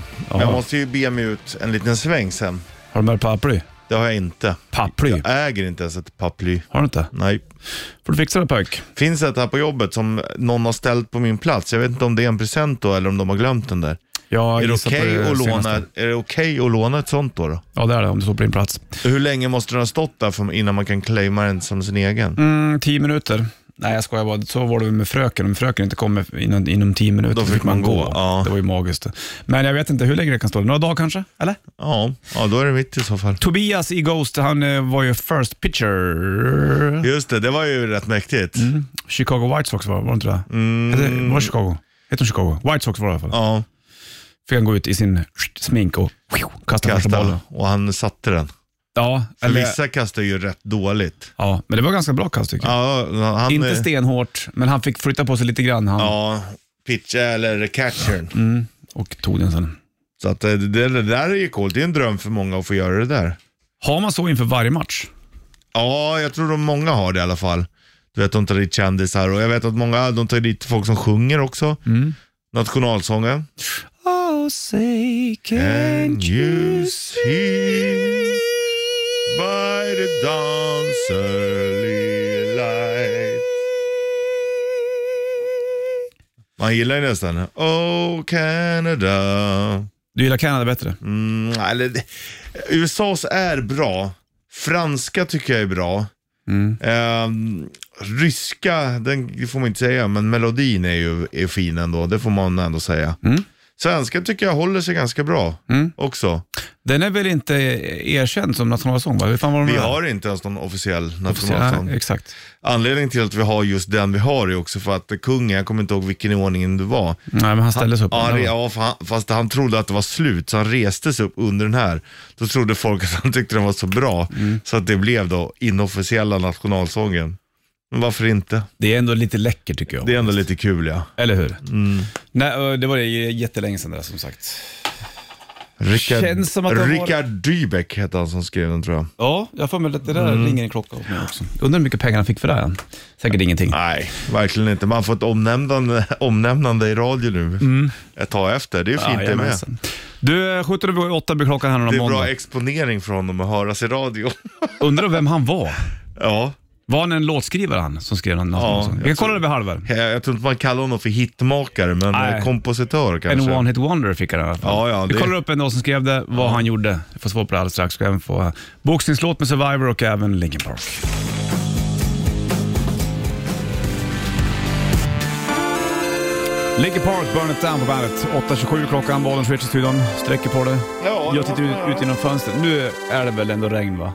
Ja. Men jag måste ju be mig ut en liten sväng sen. Har du med dig paraply? Det har jag inte. Paraply? Jag äger inte ens ett paraply. Har du inte? Nej. får du fixa det pojk. Finns ett här på jobbet som någon har ställt på min plats. Jag vet inte om det är en present då eller om de har glömt den där. Jag Är det gissar på okej att, låna- senaste. är det okej att låna ett sånt då? då? Ja, det är det om det står på din plats. Hur länge måste den ha stått där för, innan man kan claima den som sin egen? Mm, tio minuter. Nej, jag skojar bara. Så var det med fröken. Om fröken inte kom med- inom, inom tio minuter Då fick man gå, ja. Det var ju magiskt. Men jag vet inte hur länge det kan stå. Några dagar kanske? Eller? Ja, ja, då är det mitt i så fall. Tobias i Ghost, han eh, var ju first pitcher. Just det, det var ju rätt mäktigt. Mm. Mm. Chicago White Sox var, var det inte det? Hette- Var det Chicago? Hette de Chicago? White Sox var det i alla fall. Ja, Fick han gå ut i sin smink och kasta första bollen. kasta. Och han satte den. Ja, För eller, vissa kastar ju rätt dåligt. ja, men det var ganska bra kast tycker jag. Ja, han... Inte stenhårt, men han fick flytta på sig lite grann han, Ja, pitcha eller catchern. och tog den sen. Så att eh, det, det där är ju coolt. Det är en dröm för många att få göra det där. Har man så inför varje match? Ja, jag tror de många har det i alla fall. Du vet, de tar dit kändisar och jag vet att många de tar dit folk som sjunger också. Nationalsången. Oh, say And you see by the dawn's early light. Man gillar ju nästan Oh Canada. Du gillar Kanada bättre? Mm, eller, det- USAs är bra. Franska tycker jag är bra. Ehm, ryska, den får man inte säga, men melodin är ju är fin ändå. Det får man ändå säga. Svenskan tycker jag håller sig ganska bra också. Den är väl inte erkänd som nationalsång? Va? Hur fan var den Vi här? har inte ens någon officiell Ja, nationalsång. exakt. Anledningen till att vi har just den vi har är också för att kungen, jag kommer inte ihåg vilken i ordningen det var. Nej, men han ställde sig upp. Ja, han, re- Den där var- ja, fa- fast han trodde att det var slut, så han reste sig upp under den här. Då trodde folk att han tyckte den var så bra, Mm. så att det blev då inofficiella nationalsången. Men varför inte? Det är ändå lite läcker tycker jag. Det Mm. är ändå lite kul ja. Eller hur? Nej, ö, det var det ju jättelänge sedan det där, som sagt. Rickard, Känns som att det har varit- Rickard Dybeck hette han som skrev den tror jag. Ja, jag får mig att det där Mm. ringer en klocka åt mig också. Undrar hur mycket pengar han fick för det här. Säkert ingenting. Nej, verkligen inte. Man får ett omnämnande, <laughs> omnämnande i radio nu ett tag efter. Det är ju fint det Ah, Mm. med. Jajamensan. Du, 17.08 blir klockan här någon Det är bra måndag. exponering för honom att höras i radio. <laughs> Undrar vem han var. ja, Var han en låtskrivare han som skrev den? Ja, Ja, jag Vi kan tror- kolla det vid halv. jag, jag tror inte man kallar honom för hitmakare, men Nej. eh, kompositör En kanske. one-hit wonder fick han i alla fall. Ja, ja, Vi det- kollar upp en dag som skrev det, vad han gjorde. Jag får svar på det alldeles strax. Ska även få eh, boxningslåt med Survivor och även Linkin Park. Linkin Park, Burn It Down på bandet. 8.27 klockan, Bollen switch i studion. Sträcker på det. Ja, Jag tittar ut, ut genom fönstret. Nu är det väl ändå regn va?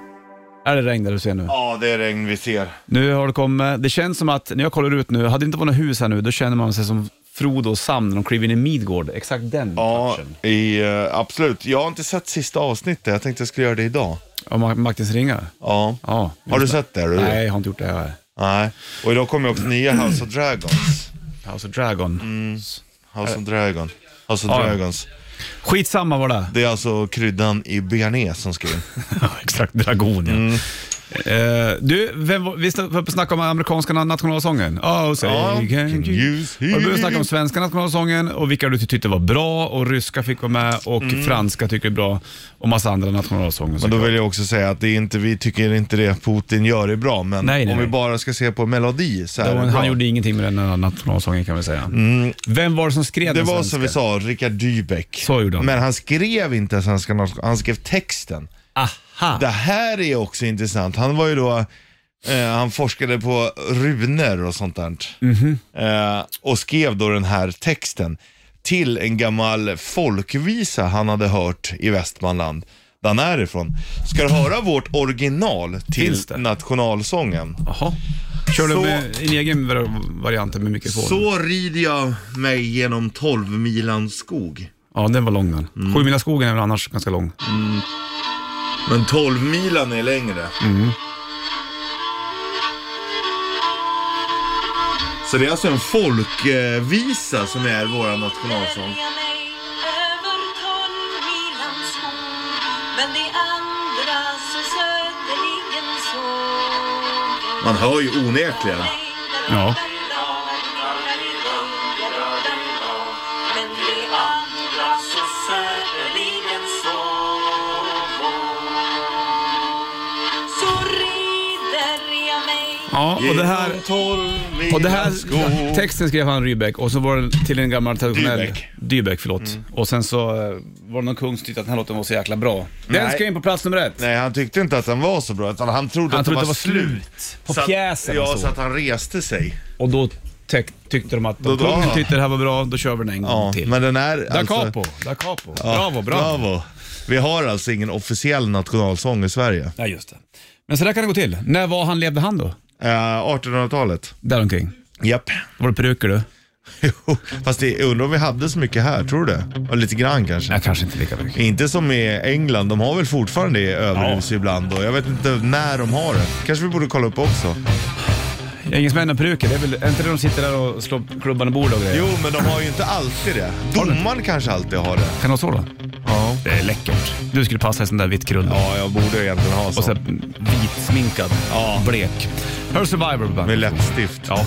Är det regn där du ser nu? Ja, det är regn vi ser. Nu har det kommit, det känns som att när jag kollar ut nu, hade det inte varit några hus här nu, då känner man sig som Frodo och Sam när de kliver in i Midgård. Exakt den Ja, touchen. i, eh, absolut. Jag har inte sett sista avsnittet. Jag tänkte jag skulle göra det idag. Ja, Ma- Martins ringar? Ja. Ja. Har du sett det? eller? Nej, jag har inte gjort det här. Nej. Och idag kommer ju också nya House of Dragons. House of Dragon. Mm. House of Dragon. House of Äh. Ja. Dragons. Skitsamma var <laughs> det Det är alltså kryddan i bearnaise som ska in. Ja, Exakt, dragon ja. Mm. Eh, du, vem, var- vi sn- vi snackade om amerikanska na- nationalsången. Oh, say, Ja. can you... you see? Och vi började snacka om svenska nationalsången och vilka du tyckte var bra och ryska fick vara med och franska tycker är bra och massa andra nationalsånger. Mm. Men då såklart. vill jag också säga att det är inte, vi tycker inte det Putin gör är bra, men Nej, nej, om vi nej. bara ska se på melodi så är Ja, det men bra. han gjorde ingenting med den här nationalsången kan vi säga. Vem var det som skrev Mm. Det den var svenska? som vi sa, Rickard Dybeck. Så gjorde han. Men han skrev inte svenska nation- han skrev texten. Aha! Det här är också intressant. Han var ju då, eh, han forskade på runor och sånt där. Mhm. Eh, och skrev då den här texten till en gammal folkvisa han hade hört i Västmanland. Där han är ifrån. Ska du höra vårt original till Finns det? nationalsången? Jaha. Kör du Så- med en egen var- variant med mikrofon? Så rider jag mig genom 12 milans skog. Ja, den var lång den. Mm. Sju mila skogen är väl annars ganska lång. Men 12 milan är längre. Mm. Så det är alltså en folkvisa som är vår nationalsång. Men det andra så söderligen såg Man hör ju onekligen. Ja. Men det andra så söderligen såg Så rider jag mig Ja, och det här... Genom 12 Och det milans skog. här texten skrev han Rybäck och så var den till en gammal traditionell... Dybeck. Dybeck, förlåt. Mm. Och sen så eh, var det någon kung som tyckte att den här låten var så jäkla bra. Den Nej. ska in på plats nummer ett. Nej, han tyckte inte att den var så bra, utan han trodde Han att den trodde var, det var slut. slut på Så att- pjäsen Ja, och så. så att han reste sig. Och då täck- tyckte de att Då- om då- kungen tyckte det här var bra, då kör vi den en gång Ja, Mm, till. men den är Da alltså... capo, da capo. Ja, bravo, bravo. bravo. Vi har alltså ingen officiell nationalsång i Sverige. Ja, just det. Men så där kan det gå till. När var han, levde han då? Eh, 1800-talet. Däromkring. Japp. Var det peruker du? <laughs> Jo, Fast det, jag undrar om vi hade så mycket här, tror du det? Och lite grann kanske. Nej, kanske inte lika mycket. Inte som i England, de har väl fortfarande det i överhus ibland och jag vet inte när de har det. Kanske vi borde kolla upp också. Engelsmän och peruker, det är väl är inte det de sitter där och slår klubban i bord och grejer? Jo, men de har ju inte alltid det. Domaren kanske alltid har det. Kan det vara så då? Ja. Det är läckert. Du skulle passa i sån där vitt krull. Ja, jag borde egentligen ha Och så så. här vitsminkad, Ja. blek. Hör Survivor på bandet. Med läppstift. Ja.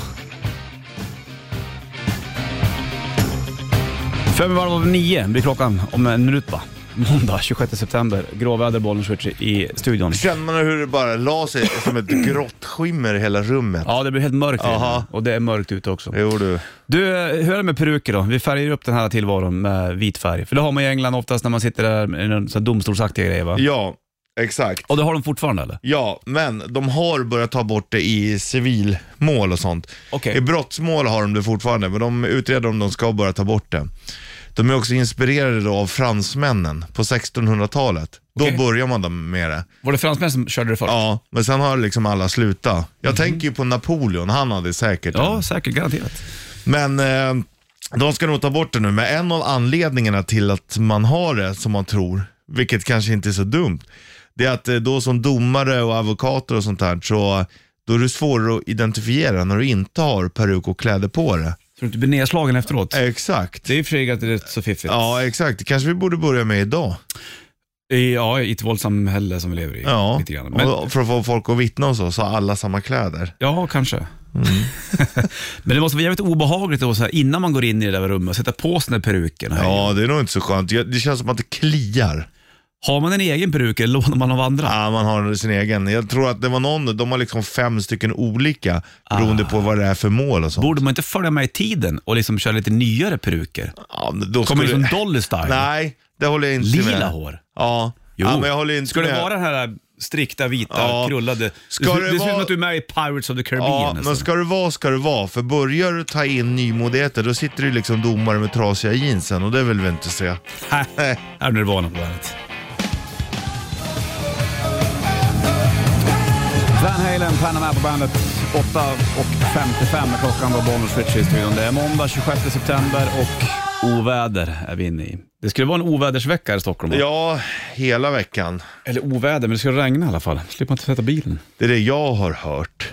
Fem i varv av nio blir klockan om en minut va? Måndag 26 september. Gråväder, bollen switcher i studion. Känner man hur det bara la sig <clears throat> som ett grått skimmer i hela rummet? Ja, det blir helt mörkt Jaha. inne. och det är mörkt ute också. Jo du. Du, eh, hur är det med peruker då? Vi färgar upp den här tillvaron med vit färg. För det har man i England oftast när man sitter där med någon sån här domstolsaktiga grejer va? Ja, exakt. Och det har de fortfarande eller? Ja, men de har börjat ta bort det i civilmål och sånt. Okej. I brottsmål har de det fortfarande, men de utreder om de ska börja ta bort det. De är också inspirerade då av fransmännen på 1600-talet. Okej. Då börjar man då med det. Var det fransmän som körde det först? Ja, men sen har liksom alla slutat. Jag tänker ju på Napoleon, han hade säkert Mhm. Ja, en. säkert. Garanterat. Men eh, de ska nog ta bort det nu. Men en av anledningarna till att man har det som man tror, vilket kanske inte är så dumt, det är att eh, då som domare och advokater och sånt här, så då är det svårare att identifiera när du inte har peruk och kläder på det. Så du inte blir nedslagen efteråt? Exakt. Det är i och för sig att det är rätt så fiffigt. Ja, exakt. Det kanske vi borde börja med idag. I, ja, i ett våldssamhälle som vi lever i. Ja, Lite grann. Men, och för att få folk att vittna och så, så har alla samma kläder. ja kanske. Mm. <laughs> Men det måste vara jävligt obehagligt då, så här, innan man går in i det där rummet och sätta på sig den där peruken. Här. Ja, det är nog inte så skönt. Jag- Det känns som att det kliar. Har man en egen peruk eller lånar man av andra? Ja, man har sin egen. Jag tror att det var någon, de har liksom fem stycken olika beroende på vad det är för mål och så. Borde man inte följa med i tiden och liksom köra lite nyare peruker? Ja, men då Kommer skulle- liksom Dolly Style. Nej, det håller jag inte med. Lila hår. Ja. Jo. ja, men jag håller inte Ska med. det vara den här strikta, vita, Ja. krullade? Ska det, det ser ut som vara- att du är med i Pirates of the Caribbean. Ja, nästan. men ska det vara ska det vara. För börjar du ta in nymodigheter då sitter du liksom domare med trasiga jeansen och det vill vi inte se. <laughs> Nej, här är Nirvana på bandet. Van Halen, Panama på bandet. 8.55 är klockan var Bonus Switch i studion. Det är måndag 26 september och oväder är vi inne i. Det skulle vara en ovädersvecka här i Stockholm. va? Ja, hela veckan. Eller oväder, men det skulle regna i alla fall. slipper man inte sätta bilen. Det är det jag har hört.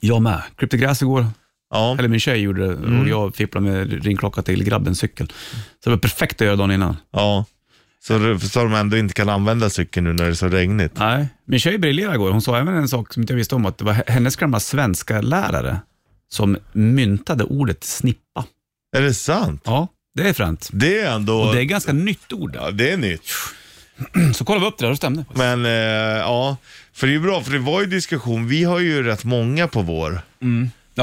Jag med. Klippte gräs igår. Ja. Eller min tjej gjorde det och jag fipplade med ringklocka till grabbens cykel. Så det var perfekt att göra dagen innan. Ja. Så, så de ändå inte kan använda cykeln nu när det är så regnigt. Nej, min tjej briljerade igår. Hon sa även en sak som inte jag visste om, att det var hennes gamla svenska lärare som myntade ordet snippa. Är det sant? Ja, det är fränt. Det är ändå... Och det är ett ganska nytt ord. Ja, det är nytt. Så kollade vi upp det där och stämde. Men eh, ja, för det är ju bra, för det var ju diskussion. Vi har ju rätt många på vår. Ja,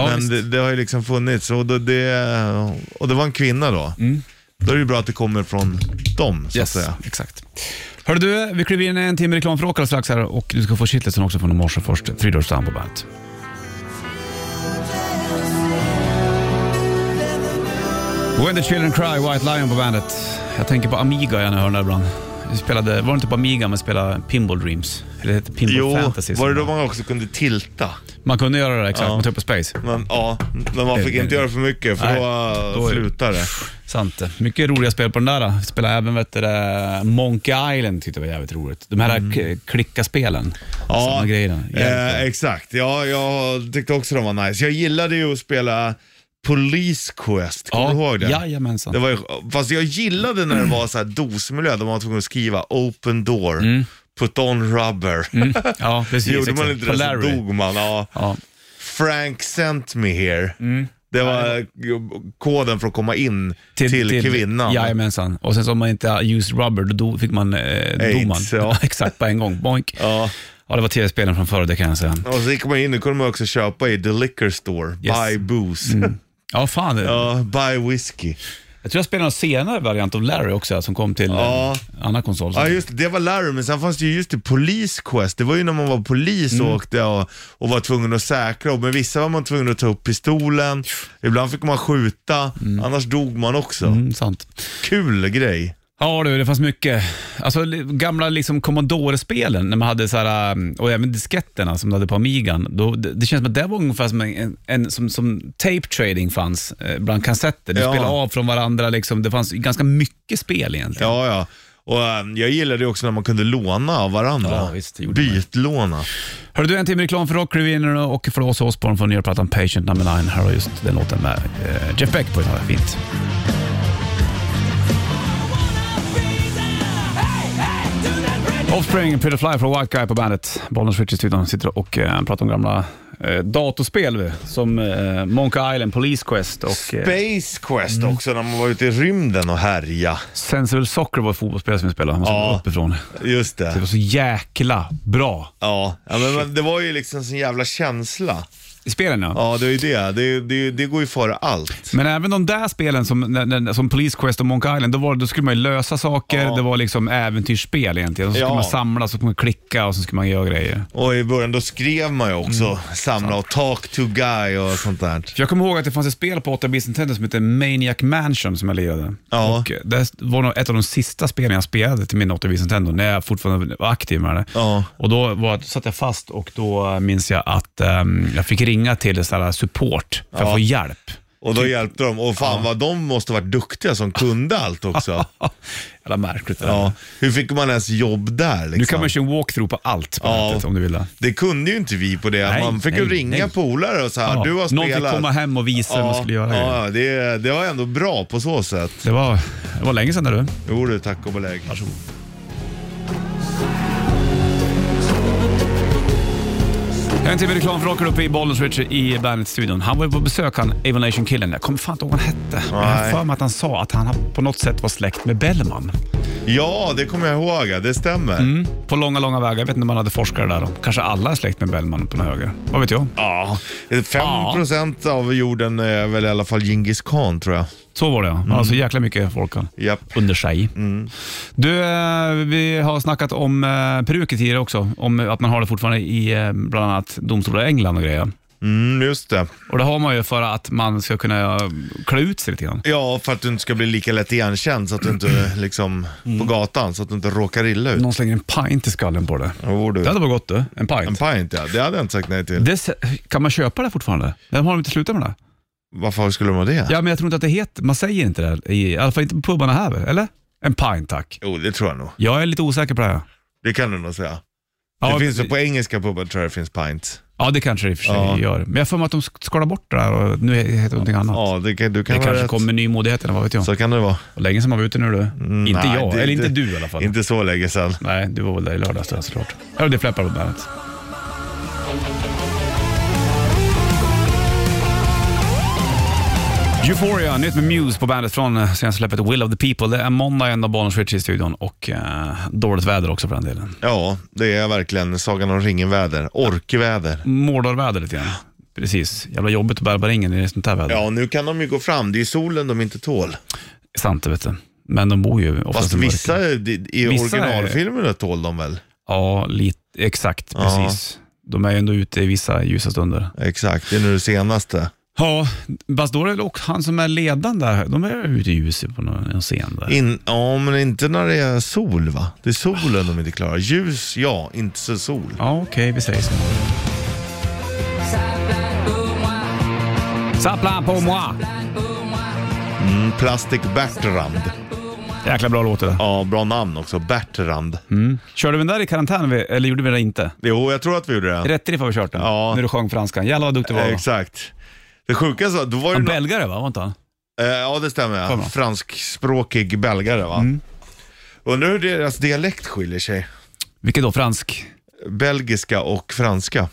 men visst. det, det har ju liksom funnits och det, det, och det var en kvinna då. Då är det ju bra att det kommer från dem, så Mm. yes, att säga. exakt. Hörru du, vi kliver in i en timme reklam för Åkarna strax här och du ska få shitlisten också från morse först. Three Doors Down på bandet. When the Children Cry, White Lion på bandet. Jag tänker på Amiga jag hör den ibland. Vi spelade, var det inte på Amiga man spelade Pinball Dreams? Eller det hette Pinball Jo, Fantasy. som var det då man också kunde tilta? Man kunde göra det, exakt. Ja. Man tog på Space. Men, ja, men man fick inte göra för mycket för då, Eh, Nej, eh, då är- slutar det. Sant det. Mycket roliga spel på den där. Vi spelade även vet du, det, Monkey Island, tyckte jag var jävligt roligt. De här mm. klickaspelen. Samma grejer. Jävligt bra. eh, exakt. Ja, jag tyckte också de var nice. Jag gillade ju att spela Police Quest, kommer Ja, du ihåg det? jajamensan. det var ju, fast jag gillade när det var så här dosmiljö, där man var tvungen att skriva open door, put on rubber. <laughs> Ja, precis. Gjorde man exakt. inte det så Polary. dog man. Ja. Ja. Frank sent me here. Det var koden för att komma in till, kvinnan. Jajamensan. Och sen så om man inte used rubber, då do, fick man eh, dog man. Aids, ja. <laughs> Exakt, på en gång. Boink. Ja. Ja, det var tv-spelen från förr, det kan jag säga. Och så gick man in, nu kunde man också köpa i the liquor store, Yes. buy booze. Ja, fan. Ja, buy whisky. Jag tror jag spelade en senare variant av Larry också, som kom till Ja. en annan konsol. Ja just det, det var Larry, men sen fanns det ju just det, Police Quest. Det var ju när man var polis Mm. och åkte och, och var tvungen att säkra. Och med vissa var man tvungen att ta upp pistolen, ibland fick man skjuta, annars dog man också. Mm, sant. Kul grej. Ja du, det fanns mycket. Alltså li- gamla liksom Commodore-spelen när man hade så här, um, och även disketterna som du hade på Amigan. Då, det, det känns som att det var ungefär som, en, en, som, som tape trading fanns eh, bland kassetter. Du Ja. spelade av från varandra, liksom. det fanns ganska mycket spel egentligen. Ja, ja. Och äm, jag gillade ju också när man kunde låna av varandra. Ja, visst, det gjorde man. Bytlåna. Hörru du, en timme reklam för Rockrevinnerna och för Åsa Osborn från nya plattan Patient No. 9. Här har just den låten med eh, Jeff Beck på gitarr. Fint. Offspring, Pretty Fly från White Guy på bandet. Bollnäs Switch i studion sitter och eh, pratar om gamla eh, datorspel vi, som eh, Monkey Island, Police Quest och eh, Space Quest också, när man var ute i rymden och härja. Sensible Soccer var ett fotbollsspel som vi spelade. Man spelade Ja. uppifrån. Just det. Det var så jäkla bra. Ja, ja men, men det var ju liksom sån jävla känsla. i spelen ja. Ja, det är ju det. Det, det. det går ju före allt. Men även de där spelen som, när- när- som Police Quest och Monkey Island, då, var, det- då skulle man ju lösa saker. Det var liksom äventyrsspel egentligen. Så skulle Ja. man samla, så skulle man klicka och så skulle man göra grejer. Och i början då skrev man ju också Mm. samla och talk to guy och sånt där. För jag kommer ihåg att det fanns ett spel på 8-bits Nintendo som hette Maniac Mansion som jag lirade. Ja. Och eh, det var nog ett av de sista spelen jag spelade till min 8-bits Nintendo när jag fortfarande var aktiv med det. Ja. Och då, var, då satt jag fast och då eh, minns jag att ehm, jag fick ringa till så här support för att få hjälp. <laughs> Och Typ. då hjälpte de. Och fan vad de måste varit duktiga som kunde <laughs> allt också. Jävla märkligt det där. Ja. Hur fick man ens jobb där liksom? Nu kan man köra en walkthrough på allt på Ja. nätet om du vill det. Det kunde ju inte vi på det. Nej, man fick ju nej, ringa nej. polare och så här, du har Någon fick spelat. komma hem och visa hur man skulle göra. grejer. ja, ja, det, det var ändå bra på så sätt. Det, var, det var länge sedan det, du. Jo du, tack och belägg. Varsågod. En timme reklam för rockar uppe i Bollnäs Richard i Bandet-studion. Han var ju på besök, han Avon Nation killen. Jag kommer fan inte ihåg vad han hette. Men Jag har för mig att han sa att han på något sätt var släkt med Bellman. Ja, det kommer jag ihåg. ja. Det stämmer. På långa, långa vägar. Jag vet inte om man hade forskare där. Då. Kanske alla är släkt med Bellman på den höger. Vad vet jag? Ja, 5 procent av jorden är väl i alla fall Genghis khan tror jag. Så var det ja. Alltså Mm. jäkla mycket folk han. Japp. Under sig. Mm. Du, eh, vi har snackat om eh, peruker tidigare också. Om att man har det fortfarande i eh, bland annat domstolar i England och grejer. Mm, just det. Och det har man ju för att man ska kunna eh, klä ut sig lite grann. Ja, för att du inte ska bli lika lätt igenkänd så att du inte liksom Mm. på gatan, så att du inte råkar illa ut. Någon slänger en pint i skallen på det. Jo, du. Det hade varit gott du, en En pint. pint ja, det hade jag inte sagt nej till. Det, s- kan man köpa det fortfarande? De har de inte slutat med det? Varför skulle de ha det? Ja, men jag tror inte att det heter, man säger inte det, i, i alla fall inte på pubarna här, väl? eller? En pint tack. Jo, det tror jag nog. Jag är lite osäker på det här. Det kan du nog säga. Ja, det finns ju på engelska pubar tror jag det finns pints. Ja, det kanske det i och för sig Ja. gör. Men jag får mig att de sk- skalar bort det där och nu heter det någonting annat. Ja, det, kan- du det kan ha kanske rätt. kommer nymodigheter, vad vet jag. Så kan det vara. Länge som man var ute nu du. inte nej, jag, det- eller inte det- du i alla fall. Inte så länge sedan. Nej, du var väl där i lördags då, såklart. Ja, det fläppar på bandet. Euphoria, nytt med Muse på bandet från eh, senaste släppet Will of the People. Det är måndag igen och Bonus Rich i studion och eh, dåligt väder också för den delen. Ja, det är verkligen Sagan om ringen-väder. Mm. Orkväder. Mårdarväder lite grann. Precis, jävla jobbigt att bära på ringen i sånt här väder. Ja, nu kan de ju gå fram. Det är ju solen de inte tål. Sant det vet du. Men de bor ju oftast Fast i mörker. vissa i i Vissa är- originalfilmerna tål de väl? Ja, lite, exakt, Ja. precis. De är ju ändå ute i vissa ljusa stunder. Exakt, det är nu det senaste. Ja, fast då är det också han som är ledaren där, de är ute i ljuset på någon en scen där. In, ja, men inte när det är sol va? Det är solen de inte klarar. Ljus, ja. Inte så sol. Ja, okej, vi säger så. Saplan på moi. Mm, Plastic Bertrand. Jäkla bra låt det där. Ja, bra namn också. Bertrand. Körde vi den där i karantän vi- eller gjorde vi det inte? Jo, jag tror att vi gjorde det. Rätt riff har vi kört den. Ja. När du sjöng franskan. Jävlar vad duktig du var. Eh, va? Exakt. Det sjukaste var, då var det Han no- belgare va, var inte han? eh, Ja, det stämmer. Kommer. Ja. Franskspråkig belgare va? Undrar hur deras dialekt skiljer sig. Vilket då? Fransk? Belgiska och franska.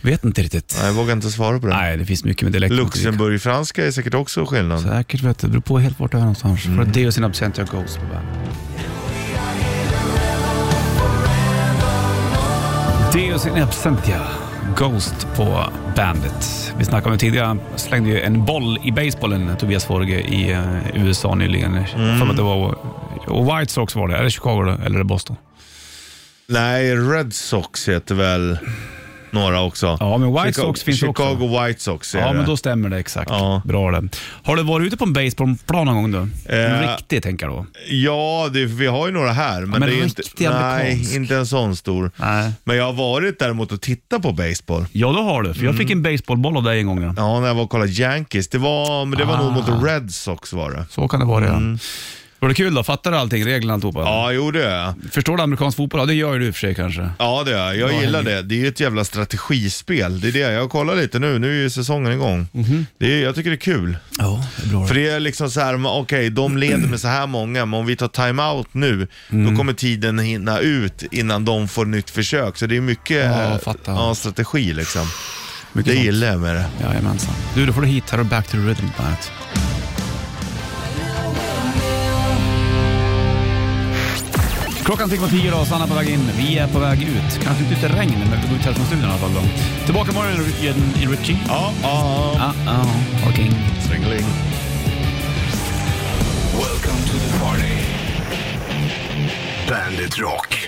Vet inte riktigt. Nej, Jag vågar inte svara på det. Nej, det finns mycket med dialekt. Luxemburgfranska är säkert också skillnad. Säkert vet du, det beror på helt vart du är någonstans. Mm. För att det och sin Absentia Ghost på bandet. Det och sin Absentia Ghost på bandet. Vi snackade om det tidigare, Han slängde ju en boll i basebollen, Tobias Forge i eh, USA nyligen. Mm. För att det var, och White Sox var det, är det Chicago då? eller är det Boston? Nej, Red Sox heter väl några också. Ja, men White Sox finns Chicago också. Chicago White Sox är Ja, det. men då stämmer det exakt. Ja. Bra det. Har du varit ute på en baseballplan någon gång då? En Eh, riktig tänker jag då. Ja, det, vi har ju några här. Men, men det är inte, riktig amerikansk. nej, inte en sån stor. Nej. Men jag har varit däremot och tittat på baseball. Ja, då har du. För jag fick en baseballboll av dig en gång. Ja. Ja, när jag var och kollade Yankees. Det var, men det var Ah. nog mot Red Sox var det. Så kan det vara redan. Var det kul då? Fattar du allting? Reglerna och alltihopa? Ja, jo det är jag. Förstår du amerikansk fotboll? Ja, det gör ju du i och för sig kanske. Ja, det är jag. Jag Ja, gillar Henrik. det. Det är ju ett jävla strategispel. Det är det. Jag kollar lite nu. Nu är ju säsongen igång. Mhm. Det är, jag tycker det är kul. Ja, det är bra. För det är liksom så här, men okej, de leder med så här många, men om vi tar timeout nu, då Mm. kommer tiden hinna ut innan de får nytt försök. Så det är mycket Ja, jag eh, fattar. ja, strategi liksom. det gillar jag med det. Jajamensan. Du, då får du hit här och Back to the Rhythm på bandet. Klockan tickar mot tio och Sanna på väg in. Vi är på väg ut. Kanske inte ute i regn, men vi får gå ut härifrån studion i alla fall. Då. Tillbaka imorgon i- i en- i en rutin. Ja, ja, Ah, ah, okej. Tringeling. Welcome to the party. Bandit Rock.